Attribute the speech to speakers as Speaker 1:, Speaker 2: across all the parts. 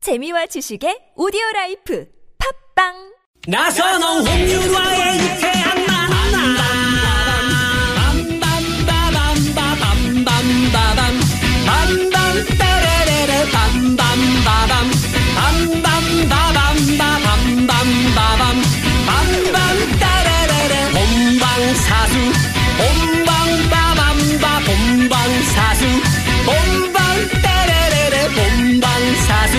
Speaker 1: 재미와 지식의 오디오 라이프 팝빵
Speaker 2: 나선홍 홍윤화의 유쾌한 만남 빰빰빠밤빠밤빰빰빠밤 빰빰빠라라라 빰빰빠밤 빰빰빠밤빠밤빰빰빠밤 빰빰따라라라 본방사수 본방빠밤빠 본방사수 본방따라라라 본방사수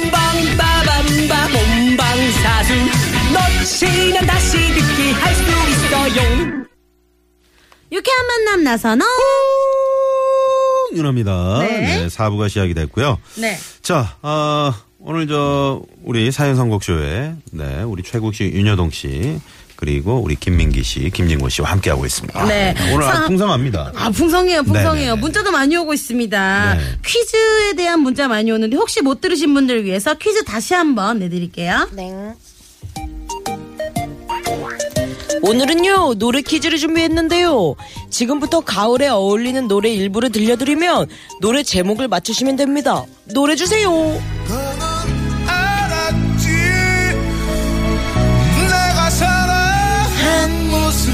Speaker 2: 본방빠밤빠 본방사수 놓치면 다시 듣기 할 수 있어요
Speaker 3: 유쾌한 만남 나선홍.
Speaker 4: 윤아입니다.
Speaker 3: 네.
Speaker 4: 네. 사 4부가 시작이 됐고요.
Speaker 3: 네.
Speaker 4: 자, 아, 오늘 저 우리 사연 선곡쇼에 네, 우리 최국 씨, 윤여동 씨 그리고 우리 김민기 씨, 김진곤 씨와 함께 하고 있습니다.
Speaker 3: 네.
Speaker 4: 오늘 아주
Speaker 3: 사-
Speaker 4: 풍성합니다.
Speaker 3: 아, 풍성해요, 풍성해요.
Speaker 4: 네네네.
Speaker 3: 문자도 많이 오고 있습니다.
Speaker 4: 네.
Speaker 3: 퀴즈에 대한 문자 많이 오는데 혹시 못 들으신 분들 위해서 퀴즈 다시 한번 내드릴게요.
Speaker 5: 네. 오늘은요 노래 퀴즈를 준비했는데요 지금부터 가을에 어울리는 노래 일부를 들려드리면 노래 제목을 맞추시면 됩니다 노래 주세요
Speaker 6: 너는 알았지 내가 사랑한 모습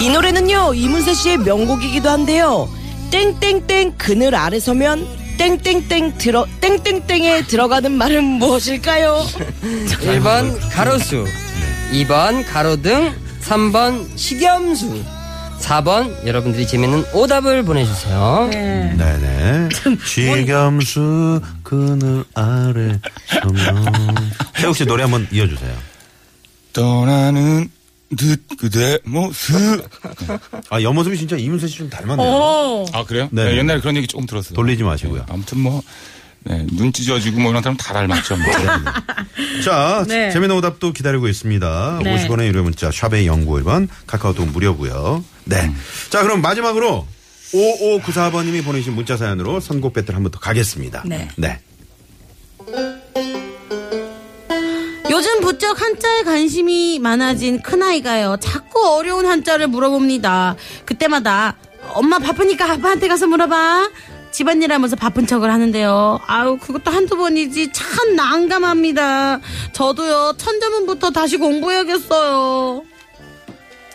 Speaker 5: 이 노래는요 이문세 씨의 명곡이기도 한데요 땡땡땡 그늘 아래 서면 땡땡땡 들어 땡땡땡에 들어가는 말은 무엇일까요
Speaker 7: 1번 가로수
Speaker 4: 네.
Speaker 7: 2번 가로등 3번 식염수 4번 여러분들이 재밌는 오답을 보내주세요
Speaker 4: 네, 네. 지겸수 그늘 아래 서면 최국 씨 노래 한번 이어 주세요.
Speaker 6: 떠나는 듯 그대 모습
Speaker 4: 아, 옆모습이 진짜 이문세 씨 좀 닮았네요.
Speaker 3: 오.
Speaker 8: 아 그래요?
Speaker 4: 네.
Speaker 8: 네, 옛날에 그런 얘기 조금 들었어요.
Speaker 4: 돌리지 마시고요.
Speaker 8: 아무튼 뭐 눈 찢어지고 뭐 이런 사람 다 닮았죠. 뭐.
Speaker 4: 자,
Speaker 3: 네.
Speaker 4: 재미있는 오답도 기다리고 있습니다.
Speaker 3: 네.
Speaker 4: 50원의 유료 문자, 샵의 0951번, 카카오톡 무료고요 네.
Speaker 8: 음.
Speaker 4: 자, 그럼 마지막으로 5594번님이 보내주신 문자 사연으로 선곡 배틀 한 번 더 가겠습니다.
Speaker 3: 네. 요즘 부쩍 한자에 관심이 많아진 큰아이가요. 자꾸 어려운 한자를 물어봅니다. 그때마다 엄마 바쁘니까 아빠한테 가서 물어봐. 집안일 하면서 바쁜 척을 하는데요. 아유, 그것도 한두 번이지. 참 난감합니다. 저도요, 천자문부터 다시 공부해야겠어요.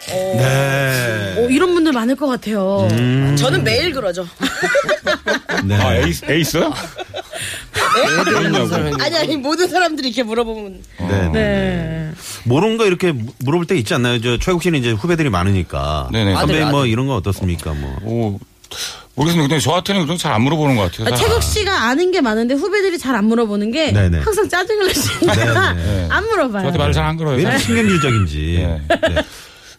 Speaker 4: 네.
Speaker 3: 어, 이런 분들 많을 것 같아요.
Speaker 4: 음.
Speaker 5: 저는 매일 그러죠
Speaker 4: 네.
Speaker 8: 아 에이스 에이스요?
Speaker 7: 네.
Speaker 5: 아니 아니 모든 사람들이 이렇게 물어보면
Speaker 4: 네. 네. 모르는 거 이렇게 무- 물어볼 때 있지 않나요? 저 최국 씨는 이제 후배들이 많으니까.
Speaker 8: 네네.
Speaker 4: 선배
Speaker 7: 아들,
Speaker 4: 뭐 이런 거 어떻습니까? 뭐.
Speaker 8: 오 모르겠는데 근데 저한테는 그런 잘안 물어보는 것 같아요.
Speaker 3: 아,
Speaker 8: 사실.
Speaker 3: 최국 씨가 아는 게 많은데 후배들이 잘 안 물어보는 게
Speaker 4: 네네. 네,
Speaker 3: 항상 짜증을 내시니까 안 물어봐요.
Speaker 8: 저한테 말을 잘 안
Speaker 4: 왜
Speaker 8: 걸어요.
Speaker 4: 이렇게 신경질적인지.
Speaker 8: 네.
Speaker 4: 네.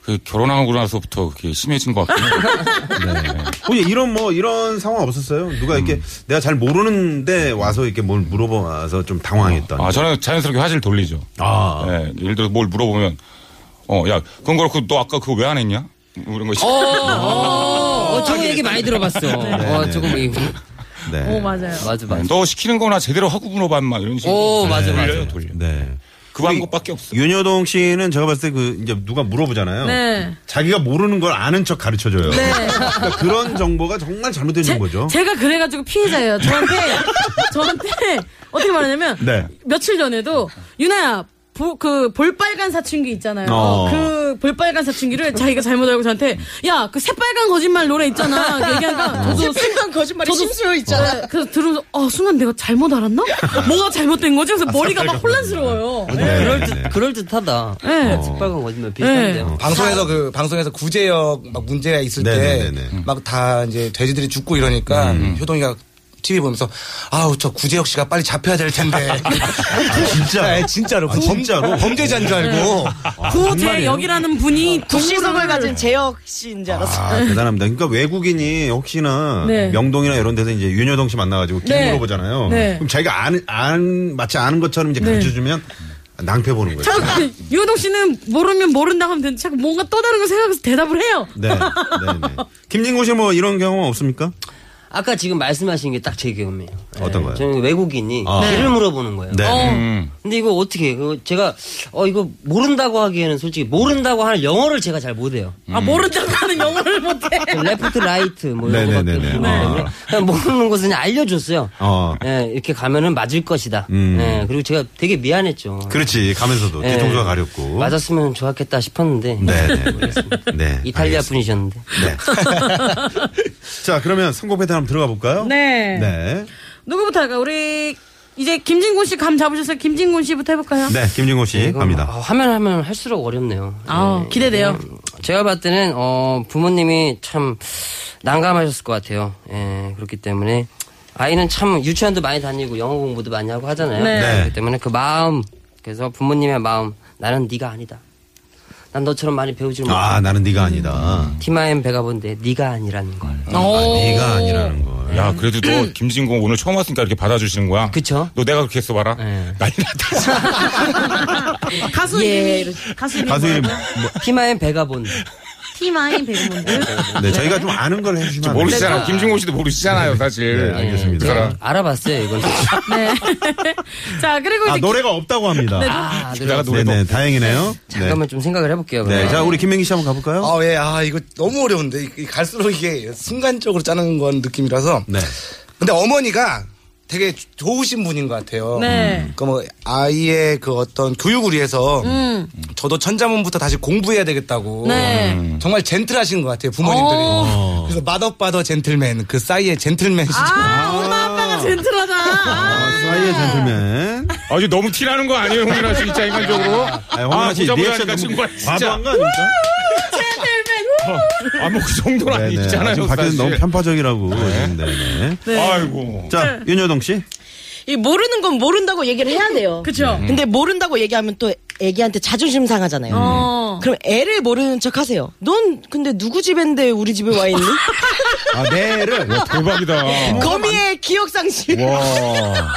Speaker 8: 그 결혼하고 나서부터 그게 심해진 것 같긴 해요.
Speaker 4: 어, 예, 이런 뭐 이런 상황 없었어요. 누가
Speaker 8: 음.
Speaker 4: 이렇게 내가 잘 모르는데 와서 이렇게 뭘 물어봐서 좀 당황했던.
Speaker 8: 아 저는 자연스럽게 화질 돌리죠.
Speaker 4: 아.
Speaker 8: 네, 예를 들어 뭘 물어보면 어야 그건 그렇고 너 아까 그거 왜 안 했냐? 뭐 이런 거 있죠.
Speaker 7: 어,
Speaker 4: 아,
Speaker 7: 어, 저거 얘기 많이 들어봤어 어, 조금 이
Speaker 4: 네.
Speaker 3: 오, 맞아요.
Speaker 7: 맞아 맞아
Speaker 8: 예, 너 시키는 거나 제대로 하고 물어봐 막 이런 식으로.
Speaker 7: 오, 맞아, 맞아.
Speaker 8: 돌려요 돌려.
Speaker 4: 네.
Speaker 8: 그 방법밖에 없어.
Speaker 4: 윤여동 씨는 제가 봤을 때 그 이제 누가 물어보잖아요.
Speaker 3: 네.
Speaker 4: 자기가 모르는 걸 아는 척 가르쳐 줘요. 그러니까 그런 정보가 정말 잘못된 정보죠.
Speaker 3: 제가 그래가지고 피해자예요. 저한테 저한테 어떻게 말하냐면
Speaker 4: 네.
Speaker 3: 며칠 전에도 유나야 보- 그 볼빨간 사춘기 있잖아요.
Speaker 4: 어.
Speaker 3: 그 볼빨간 사춘기를 자기가 잘못 알고 저한테 야 그 새빨간 거짓말 노래 있잖아.
Speaker 4: 어.
Speaker 3: 얘기하니까 저도
Speaker 5: 순간 거짓말이 심수여 있잖아
Speaker 3: 네, 그래서 들으면서 어 순간 내가 잘못 알았나? 뭐가 잘못된 거지?
Speaker 4: 아,
Speaker 3: 그래서 머리가 막 혼란스러워요.
Speaker 4: 네. 어.
Speaker 7: 그럴
Speaker 4: 네.
Speaker 7: 듯 그럴 듯하다
Speaker 3: 네.
Speaker 7: 빨간 거짓말 비슷한데요
Speaker 9: 방송에서 그 방송에서 구제역 막 문제가 있을
Speaker 4: 네네네네. 음.
Speaker 9: 때 막 다 이제 돼지들이 죽고 이러니까 효동이가 TV 보면서 아우 저 구제역 씨가 빨리 잡혀야 될 텐데
Speaker 4: 아, 진짜.
Speaker 9: 네, 진짜로
Speaker 4: 아, 진짜로? 음.
Speaker 9: 범죄자인 줄 알고
Speaker 4: 아,
Speaker 3: 구제 역이라는 분이
Speaker 5: 구시성을
Speaker 3: 동물을
Speaker 5: 가진 재혁 씨인 줄 알았어
Speaker 4: 아, 대단합니다. 그러니까 외국인이 혹시나
Speaker 3: 네.
Speaker 4: 명동이나 이런 데서 이제 윤여동 씨 만나가지고 길
Speaker 3: 네.
Speaker 4: 물어보잖아요.
Speaker 3: 네.
Speaker 4: 그럼 자기가 안, 안, 마치 아는 것처럼 이제 가르쳐 주면 낭패 보는 거예요.
Speaker 3: 자꾸 유동 씨는 모르면 모른다 하면 되는데 자꾸 뭔가 또 다른 거 생각해서 대답을 해요.
Speaker 4: 뭐 네. 네, 네. 김진구 씨뭐 이런 경험 없습니까?
Speaker 7: 아까 지금 말씀하신 게 딱 제 경험이에요.
Speaker 4: 네. 어떤 거요?
Speaker 7: 저는 외국인이
Speaker 4: 아.
Speaker 7: 길을 물어보는 거예요.
Speaker 4: 네.
Speaker 8: 음.
Speaker 7: 근데 이거 어떻게 그 제가 어 이거 모른다고 하기에는 솔직히 모른다고 하는 영어를 제가 잘 못해요.
Speaker 3: 아 모른다고 하는 영어를 못해.
Speaker 7: 좀 레프트 라이트 뭐 이런
Speaker 4: 네네네네.
Speaker 7: 것밖에
Speaker 4: 네.
Speaker 7: 모르기 때문에 그냥 모르는 곳은 알려줬어요.
Speaker 4: 어.
Speaker 7: 예, 이렇게 가면은 맞을 것이다.
Speaker 4: 음.
Speaker 7: 예, 그리고 제가 되게 미안했죠.
Speaker 4: 그렇지. 가면서도
Speaker 7: 예,
Speaker 4: 뒤통수가 가렵고.
Speaker 7: 맞았으면 좋았겠다 싶었는데
Speaker 4: 네, 네, 네. 네.
Speaker 7: 이탈리아
Speaker 4: 알겠습니다.
Speaker 7: 분이셨는데
Speaker 4: 네. 자, 그러면 선곡 배틀 한번 들어가 볼까요?
Speaker 3: 네.
Speaker 4: 네.
Speaker 3: 누구부터 할까? 우리 이제 김진곤 씨 감 잡으셨어요. 김진곤 씨부터 해볼까요?
Speaker 4: 네, 김진호 씨
Speaker 7: 아,
Speaker 4: 갑니다.
Speaker 7: 하면 하면 할수록 어렵네요.
Speaker 3: 아
Speaker 7: 예.
Speaker 3: 기대돼요.
Speaker 7: 제가 봤을 때는 어, 부모님이 참 난감하셨을 것 같아요. 예, 그렇기 때문에 아이는 참 유치원도 많이 다니고 영어 공부도 많이 하고 하잖아요.
Speaker 3: 네.
Speaker 4: 네.
Speaker 7: 그렇기 때문에 그 마음 그래서 부모님의 마음 나는 네가 아니다. 난 너처럼 많이 배우질 못해.
Speaker 4: 아, 나는 네가 아니다.
Speaker 8: 음.
Speaker 7: 티마엠 배가 본데 네가 아니라는 걸.
Speaker 4: 네가 아니라는 걸.
Speaker 8: 야, 그래도 너 김진공 오늘 처음 왔으니까 이렇게 받아주시는 거야.
Speaker 7: 그쵸?
Speaker 8: 너 내가 그렇게 써봐라.
Speaker 7: 예.
Speaker 8: 난리 났다.
Speaker 3: 아, 가수 이름이 가수 이름이
Speaker 4: 가수 이름
Speaker 3: 뭐예요?
Speaker 4: 뭐,
Speaker 7: 티마엠 배가 본데.
Speaker 3: 티마이 베르몬드.
Speaker 4: 네, 저희가 좀 아는 걸 해주시면 안 돼요?
Speaker 8: 모르시잖아. 김진공 씨도 모르시잖아요, 사실.
Speaker 4: 네, 알겠습니다.
Speaker 8: 그 사람.
Speaker 7: 알아봤어요 이건.
Speaker 3: 네. 자 그리고
Speaker 4: 아,
Speaker 3: 이제
Speaker 4: 노래가 없다고 합니다.
Speaker 7: 아, 노래
Speaker 8: 내가
Speaker 4: 네,
Speaker 8: 노래도
Speaker 4: 네, 다행이네요. 네.
Speaker 7: 잠깐만 좀 생각을 해볼게요.
Speaker 4: 네,
Speaker 7: 그러면.
Speaker 4: 자, 우리 김민기 씨 한번 가볼까요?
Speaker 9: 아, 예, 아, 이거 너무 어려운데. 이- 이 갈수록 이게 순간적으로 짜는 건 느낌이라서.
Speaker 4: 네.
Speaker 9: 근데 어머니가 되게 조- 좋으신 분인 것 같아요.
Speaker 3: 네.
Speaker 9: 그 뭐 아이의 그 어떤 교육을 위해서 저도 천자문부터 다시 공부해야 되겠다고
Speaker 3: 음.
Speaker 9: 음.
Speaker 3: 네.
Speaker 9: 정말 젠틀하신 것 같아요 부모님들이 그래서 마더바더 젠틀맨 그 싸이의 젠틀맨 시절
Speaker 3: 아 엄마 아빠가 젠틀하다. 아.
Speaker 4: 아, 사이의 젠틀맨.
Speaker 8: 아주 너무 티나는 거 아니에요, 홍윤아 씨, 진짜 인간적으로?
Speaker 4: 아, 홍아 씨
Speaker 8: 보자, 보자
Speaker 4: 리액션
Speaker 8: 하니까
Speaker 4: 너무
Speaker 8: 정말 진짜.
Speaker 4: 과도한가 진짜?
Speaker 8: 아, 뭐 그 정도는
Speaker 4: 아,
Speaker 8: 아니잖아요,
Speaker 4: 지금 밖에서
Speaker 8: 사실.
Speaker 4: 너무 편파적이라고. 네. 네.
Speaker 8: 아이고.
Speaker 4: 자, 윤여동 씨.
Speaker 5: 이 모르는 건 모른다고 얘기를 해야 돼요.
Speaker 3: 그쵸.
Speaker 5: 근데 모른다고 얘기하면 또 애기한테 자존심 상하잖아요.
Speaker 3: 어.
Speaker 5: 그럼 애를 모르는 척 하세요. 넌 근데 누구 집인데 우리 집에 와 있니?
Speaker 4: 아, 내를.
Speaker 8: 대박이다.
Speaker 5: 거미의
Speaker 4: 그
Speaker 5: 기억상실.
Speaker 8: 와.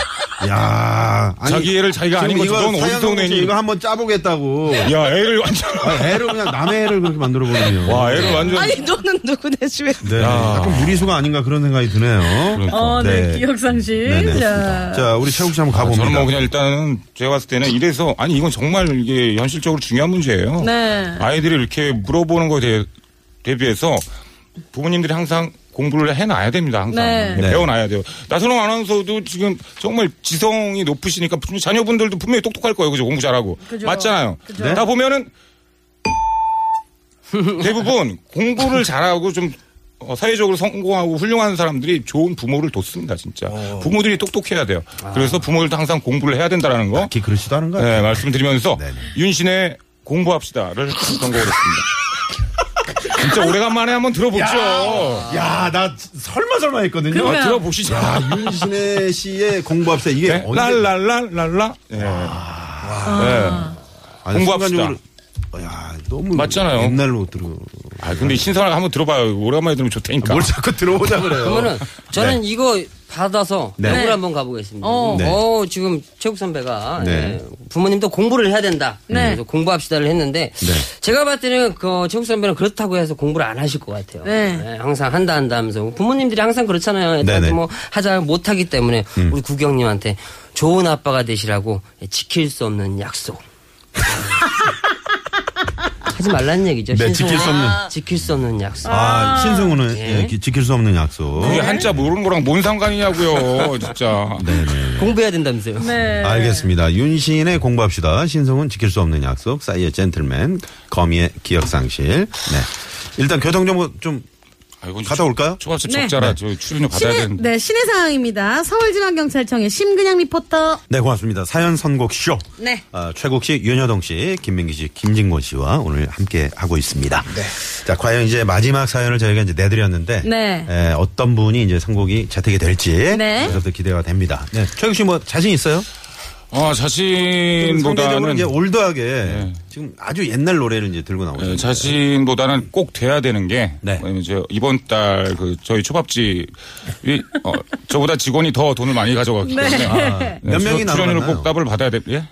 Speaker 4: 야
Speaker 8: 자기 애를 자기가 아닌
Speaker 4: 이거
Speaker 8: 것처럼 어디서
Speaker 4: 사연성 씨
Speaker 8: 내니?
Speaker 4: 이거 한번 짜보겠다고.
Speaker 8: 야, 애를 완전.
Speaker 4: 아, 애를 그냥 남의 애를 그렇게 만들어 보네요.
Speaker 8: 와, 애를 완전.
Speaker 5: 아니 너는 누구 내 집에?
Speaker 4: 네.
Speaker 8: 야. 그러니까.
Speaker 4: 약간 무리수가 아닌가 그런 생각이 드네요.
Speaker 3: 어, 네. 기억상실.
Speaker 4: 네네.
Speaker 3: 자.
Speaker 4: 자, 우리 최욱 씨 한번 가봅니다.
Speaker 8: 저는 뭐 그냥 일단은 제가 봤을 때는 이래서 아니 이건 정말 이게 현실적으로 중요한 문제예요.
Speaker 3: 네.
Speaker 8: 아이들이 이렇게 물어보는 거에 대, 대비해서 부모님들이 항상 공부를 해놔야 됩니다. 항상
Speaker 3: 네.
Speaker 8: 네,
Speaker 4: 네.
Speaker 8: 배워놔야 돼요. 나선홍 아나운서도 지금 정말 지성이 높으시니까 분명히 자녀분들도 분명히 똑똑할 거예요. 그죠? 공부 잘하고 맞잖아요.
Speaker 4: 네.
Speaker 8: 다 보면은 대부분 공부를 잘하고 좀 어, 사회적으로 성공하고 훌륭한 사람들이 좋은 부모를 뒀습니다, 진짜. 부모들이 똑똑해야 돼요. 그래서 부모들도 항상 공부를 해야 된다라는 거.
Speaker 4: 딱히 그렇지도 않은 거
Speaker 8: 네,
Speaker 4: 같아요.
Speaker 8: 말씀드리면서
Speaker 4: 네네.
Speaker 8: 윤신의 공부합시다를 선곡을 했습니다. 진짜 오래간만에 한번 들어보죠. 아,
Speaker 4: 야, 나 설마 설마 했거든요.
Speaker 3: 그러면-
Speaker 8: 들어보시죠.
Speaker 4: 아, 윤신혜 씨의 공부합사 이게
Speaker 8: 네,
Speaker 4: 언제 네.
Speaker 8: 랄랄랄랄라. 예. 예.
Speaker 4: 아니,
Speaker 8: 공부합시다.
Speaker 4: 순간적으로- 야, 너무
Speaker 8: 맞잖아요.
Speaker 4: 옛날로 들어. 아,
Speaker 8: 아, 근데 신선하게 한번 들어봐요. 오래간만에 들으면 좋다니까.
Speaker 4: 뭘 자꾸 들어오자 그래요.
Speaker 7: 그러면은 저는 이거 받아서
Speaker 4: 네.
Speaker 7: 영어를
Speaker 4: 네.
Speaker 7: 한번 가보겠습니다.
Speaker 3: 어.
Speaker 7: 어.
Speaker 4: 네.
Speaker 7: 지금 최국 선배가
Speaker 4: 네.
Speaker 7: 예, 부모님도 공부를 해야 된다.
Speaker 3: 네.
Speaker 7: 그래서 공부합시다를 했는데
Speaker 4: 네.
Speaker 7: 제가 봤을 때는 그 최국 선배는 그렇다고 해서 공부를 안 하실 것 같아요.
Speaker 3: 네.
Speaker 7: 예, 항상 한다 한다 하면서 부모님들이 항상 그렇잖아요. 애들한테
Speaker 4: 네네. 음.
Speaker 7: 뭐 하자 못하기 때문에 우리 구경님한테 좋은 아빠가 되시라고 지킬 수 없는 약속. 하지 말라는 얘기죠.
Speaker 4: 네,
Speaker 7: 신승훈.
Speaker 4: 지킬 수 없는.
Speaker 7: 지킬 수 없는 약속.
Speaker 4: 아, 신승우는
Speaker 7: 예.
Speaker 4: 예, 기- 지킬 수 없는 약속.
Speaker 8: 그게 한자 모르는 거랑 뭔 상관이냐고요, 진짜.
Speaker 4: 네,
Speaker 7: 공부해야 된다면서요.
Speaker 3: 네.
Speaker 4: 알겠습니다. 윤신의 공부합시다. 신성은 지킬 수 없는 약속. 싸이의 젠틀맨. 거미의 기억상실. 네. 일단 교통정보 좀
Speaker 8: 아, 이건
Speaker 4: 갔다 올까요?
Speaker 8: 초밥집
Speaker 3: 네.
Speaker 8: 적자라 저 출연료 받아야
Speaker 3: 신의,
Speaker 8: 되는데.
Speaker 3: 네, 신의 상황입니다. 서울중앙경찰청의 심근양 리포터.
Speaker 4: 네, 고맙습니다. 사연 선곡 쇼.
Speaker 3: 네.
Speaker 4: 아, 최국 씨, 윤여동 씨, 김민기 씨, 김진곤 씨와 오늘 함께 하고 있습니다. 자, 과연 이제 마지막 사연을 저희가 이제 내드렸는데
Speaker 3: 네.
Speaker 4: 에, 어떤 분이 이제 선곡이 채택이 될지
Speaker 3: 네.
Speaker 4: 그래서부터 기대가 됩니다. 네. 최국 씨 뭐 자신 있어요? 네,
Speaker 8: 아,
Speaker 4: 상대적으로
Speaker 8: 자신보다는
Speaker 4: 이제 네. 올드하게 지금 아주 옛날 노래를 이제 들고
Speaker 8: 예,
Speaker 4: 나오셨어요.
Speaker 8: 자신보다는 꼭 돼야 되는 게
Speaker 4: 네.
Speaker 8: 왜냐면 저 이번 달 그 저희 초밥집이 어, 저보다 직원이 더 돈을 많이 가져갔기 때문에
Speaker 4: 아,
Speaker 5: 네.
Speaker 8: 네,
Speaker 4: 네. 몇 명이
Speaker 8: 출연료로
Speaker 4: 남았나요?
Speaker 8: 꼭 값을 받아야 돼. 예?
Speaker 4: 아,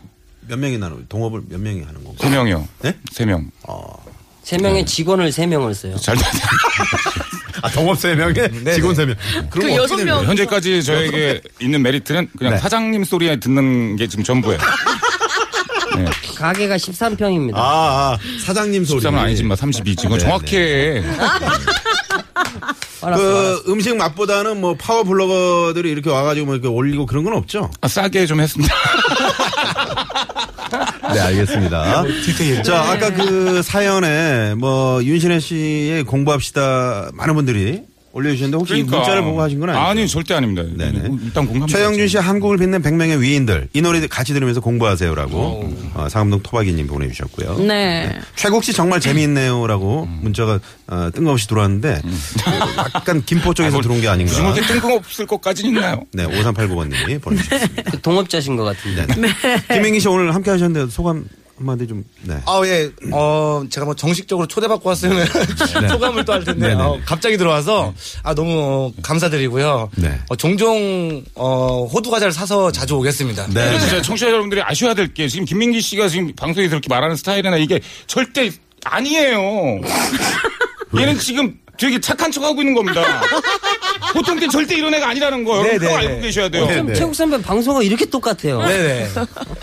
Speaker 4: 몇 명이 나눠 동업을 몇 명이 하는 건가요?
Speaker 8: 세 명이요.
Speaker 4: 네?
Speaker 8: 세 명.
Speaker 7: 세 명의 직원을 세 명을 써요.
Speaker 8: 잘
Speaker 4: 아, 동업 세명에 직원 세명
Speaker 5: 그 여섯 명
Speaker 8: 현재까지 저에게 있는 메리트는 그냥
Speaker 4: 네.
Speaker 8: 사장님 소리에 듣는 게 지금 전부예요.
Speaker 7: 가게가 13평입니다.
Speaker 4: 아, 아, 사장님 소리.
Speaker 8: 13은 아니지만 32.
Speaker 4: 네,
Speaker 8: 이건 정확히 해.
Speaker 4: 그 음식 맛보다는 뭐 파워 블로거들이 이렇게 와가지고 뭐 이렇게 올리고 그런 건 없죠?
Speaker 8: 아, 싸게 좀 했습니다.
Speaker 4: 네, 알겠습니다.
Speaker 9: 디테일.
Speaker 5: 네.
Speaker 4: 자, 아까 그 사연에 뭐 윤신혜 씨의 공부합시다 많은 분들이 올려주셨는데 혹시 이 문자를 보고 하신 건 그러니까. 아니죠?
Speaker 8: 아니, 절대 아닙니다.
Speaker 4: 네네.
Speaker 8: 일단 공감.
Speaker 4: 최영준 씨 한국을 빛낸 100명의 위인들 이 노래 같이 들으면서 공부하세요라고 어, 상암동 토박이님 보내주셨고요.
Speaker 3: 네.
Speaker 4: 최국 씨 정말 재미있네요라고 문자가 어, 뜬금없이 들어왔는데 어, 약간 김포 쪽에서 들어온 게 아닌가.
Speaker 8: 무슨 뭐 그렇게 뜬금없을 것까지는 있나요?
Speaker 4: 네, 5389번님이 보내주셨습니다. 네.
Speaker 7: 그 동업자신 것 같은데.
Speaker 4: 김민기 씨 오늘 함께 하셨는데 소감 한마디 좀. 네.
Speaker 9: 아, 예. 어, 제가 뭐 정식적으로 초대받고 왔으면 소감을 또 할
Speaker 4: 네.
Speaker 9: 텐데,
Speaker 4: 네네네.
Speaker 9: 어, 갑자기 들어와서, 아, 너무 어, 감사드리고요.
Speaker 4: 네.
Speaker 9: 어, 종종, 어, 호두과자를 사서 자주 오겠습니다.
Speaker 4: 네.
Speaker 8: 진짜 청취자 여러분들이 아셔야 될 게 지금 김민기 씨가 지금 방송에서 그렇게 말하는 스타일이나 이게 절대 아니에요. 얘는 지금 되게 착한 척하고 있는 겁니다. 보통 때 절대 이런 애가 아니라는 거 여러분
Speaker 9: 네네.
Speaker 8: 꼭 알고 계셔야 돼요.
Speaker 4: 네,
Speaker 7: 좀
Speaker 4: 네.
Speaker 7: 최국 선배 방송하고 이렇게 똑같아요.
Speaker 9: 네네.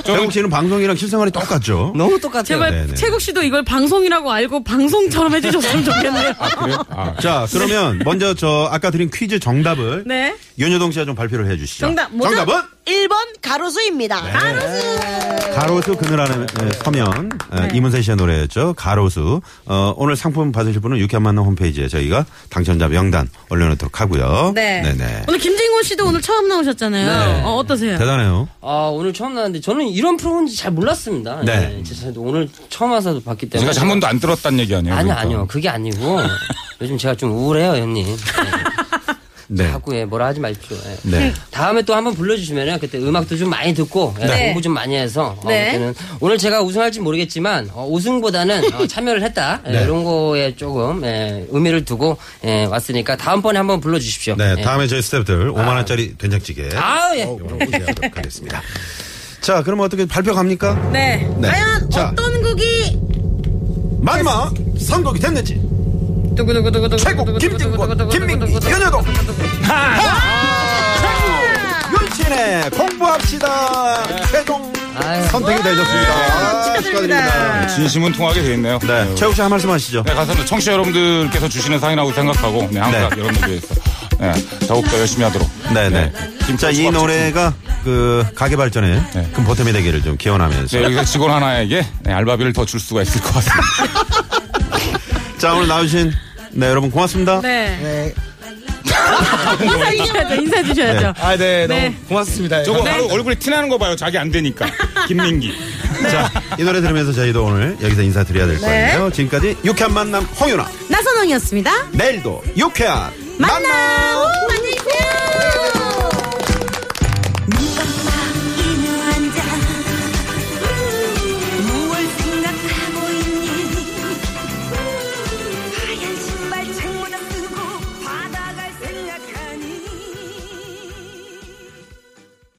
Speaker 4: 최국 씨는 방송이랑 실생활이 똑같죠?
Speaker 7: 너무 똑같아요.
Speaker 3: 제발
Speaker 4: 네네.
Speaker 3: 최국 씨도 이걸 방송이라고 알고 방송처럼 해주셨으면 좋겠네요.
Speaker 8: 아,
Speaker 4: 자, 그러면 먼저 저 아까 드린 퀴즈 정답을
Speaker 3: 네.
Speaker 4: 윤여동 씨가 좀 발표를 해 주시죠.
Speaker 3: 정답 뭐죠?
Speaker 4: 정답은 네.
Speaker 5: 1번 가로수입니다.
Speaker 4: 가로수 그늘 안에 에, 서면 에, 이문세 씨의 노래였죠. 가로수. 어, 오늘 상품 받으실 분은 유쾌한 만남 홈페이지에 저희가 당첨자 명단 올려놓도록 하고요.
Speaker 3: 네.
Speaker 4: 네네. 네.
Speaker 3: 오늘 김진곤 씨도 오늘 처음 나오셨잖아요. 어, 어떠세요?
Speaker 4: 대단해요.
Speaker 7: 아 오늘 처음 나왔는데 저는 이런 프로인지 잘 몰랐습니다.
Speaker 4: 네.
Speaker 7: 예, 제 사실 오늘 처음 와서 봤기 때문에.
Speaker 8: 제가 한 번도 안 들었단 얘기 아니에요.
Speaker 7: 아니요
Speaker 8: 그러니까.
Speaker 7: 아니요 그게 아니고 요즘 제가 좀 우울해요 형님. 예,
Speaker 4: 네.
Speaker 7: 자꾸 예, 뭐라 하지 말죠. 예.
Speaker 4: 네.
Speaker 7: 다음에 또 한번 불러주시면요 그때 음악도 좀 많이 듣고 예, 공부 좀 많이 해서 어,
Speaker 3: 네.
Speaker 7: 그때는 오늘 제가 우승할지 모르겠지만 어, 우승보다는 어, 참여를 했다 예,
Speaker 4: 네.
Speaker 7: 이런 거에 조금 예, 의미를 두고 예, 왔으니까 다음번에 한번 불러주십시오.
Speaker 4: 네,
Speaker 7: 예.
Speaker 4: 다음에 저희 스태프들 5만 원짜리 된장찌개
Speaker 7: 아 예.
Speaker 4: 올려놓도록 하겠습니다. 자, 그럼 어떻게 발표 갑니까?
Speaker 3: 네.
Speaker 4: 네.
Speaker 3: 과연
Speaker 4: 자.
Speaker 3: 어떤 곡이
Speaker 4: 마지막 선곡이 됐는지
Speaker 3: 두구두구두구두구
Speaker 4: 최고 김진권, 김민기, 윤여동, 최고 윤신의 공부합시다 최종
Speaker 7: 아유.
Speaker 4: 선택이 되셨습니다. 아, 축하드립니다.
Speaker 8: 진심은 통하게 돼 있네요.
Speaker 4: 네, 최욱 씨 한 말씀 하시죠.
Speaker 8: 네, 가서 청취자 여러분들께서 주시는 상이라고 생각하고 네, 항상
Speaker 4: 네.
Speaker 8: 여러분들 위해서 네, 더욱더 열심히 하도록.
Speaker 4: 네네. 진짜 이 노래가 그 가게 발전에
Speaker 8: 네.
Speaker 4: 큰 보탬이 되기를 좀 기원하면서
Speaker 8: 네, 여기서 직원 하나에게 네, 알바비를 더 줄 수가 있을 것 같습니다.
Speaker 4: 자 오늘 나오신 네 여러분 고맙습니다.
Speaker 3: 네.
Speaker 9: 네.
Speaker 3: 인사 주셔야죠. 인사 주셔야죠.
Speaker 9: 아, 네.
Speaker 3: 네.
Speaker 9: 너무 고맙습니다.
Speaker 8: 저거 바로 얼굴에 티나는 거 봐요. 자기 안 되니까. 김민기.
Speaker 4: 자, 이 노래 들으면서 저희도 오늘 여기서 인사드려야 될
Speaker 3: 네.
Speaker 4: 거예요. 지금까지 유쾌한 만남 홍윤아
Speaker 3: 나선홍이었습니다.
Speaker 4: 내일도 유쾌한
Speaker 3: 만나. 오, 안녕히 계세요.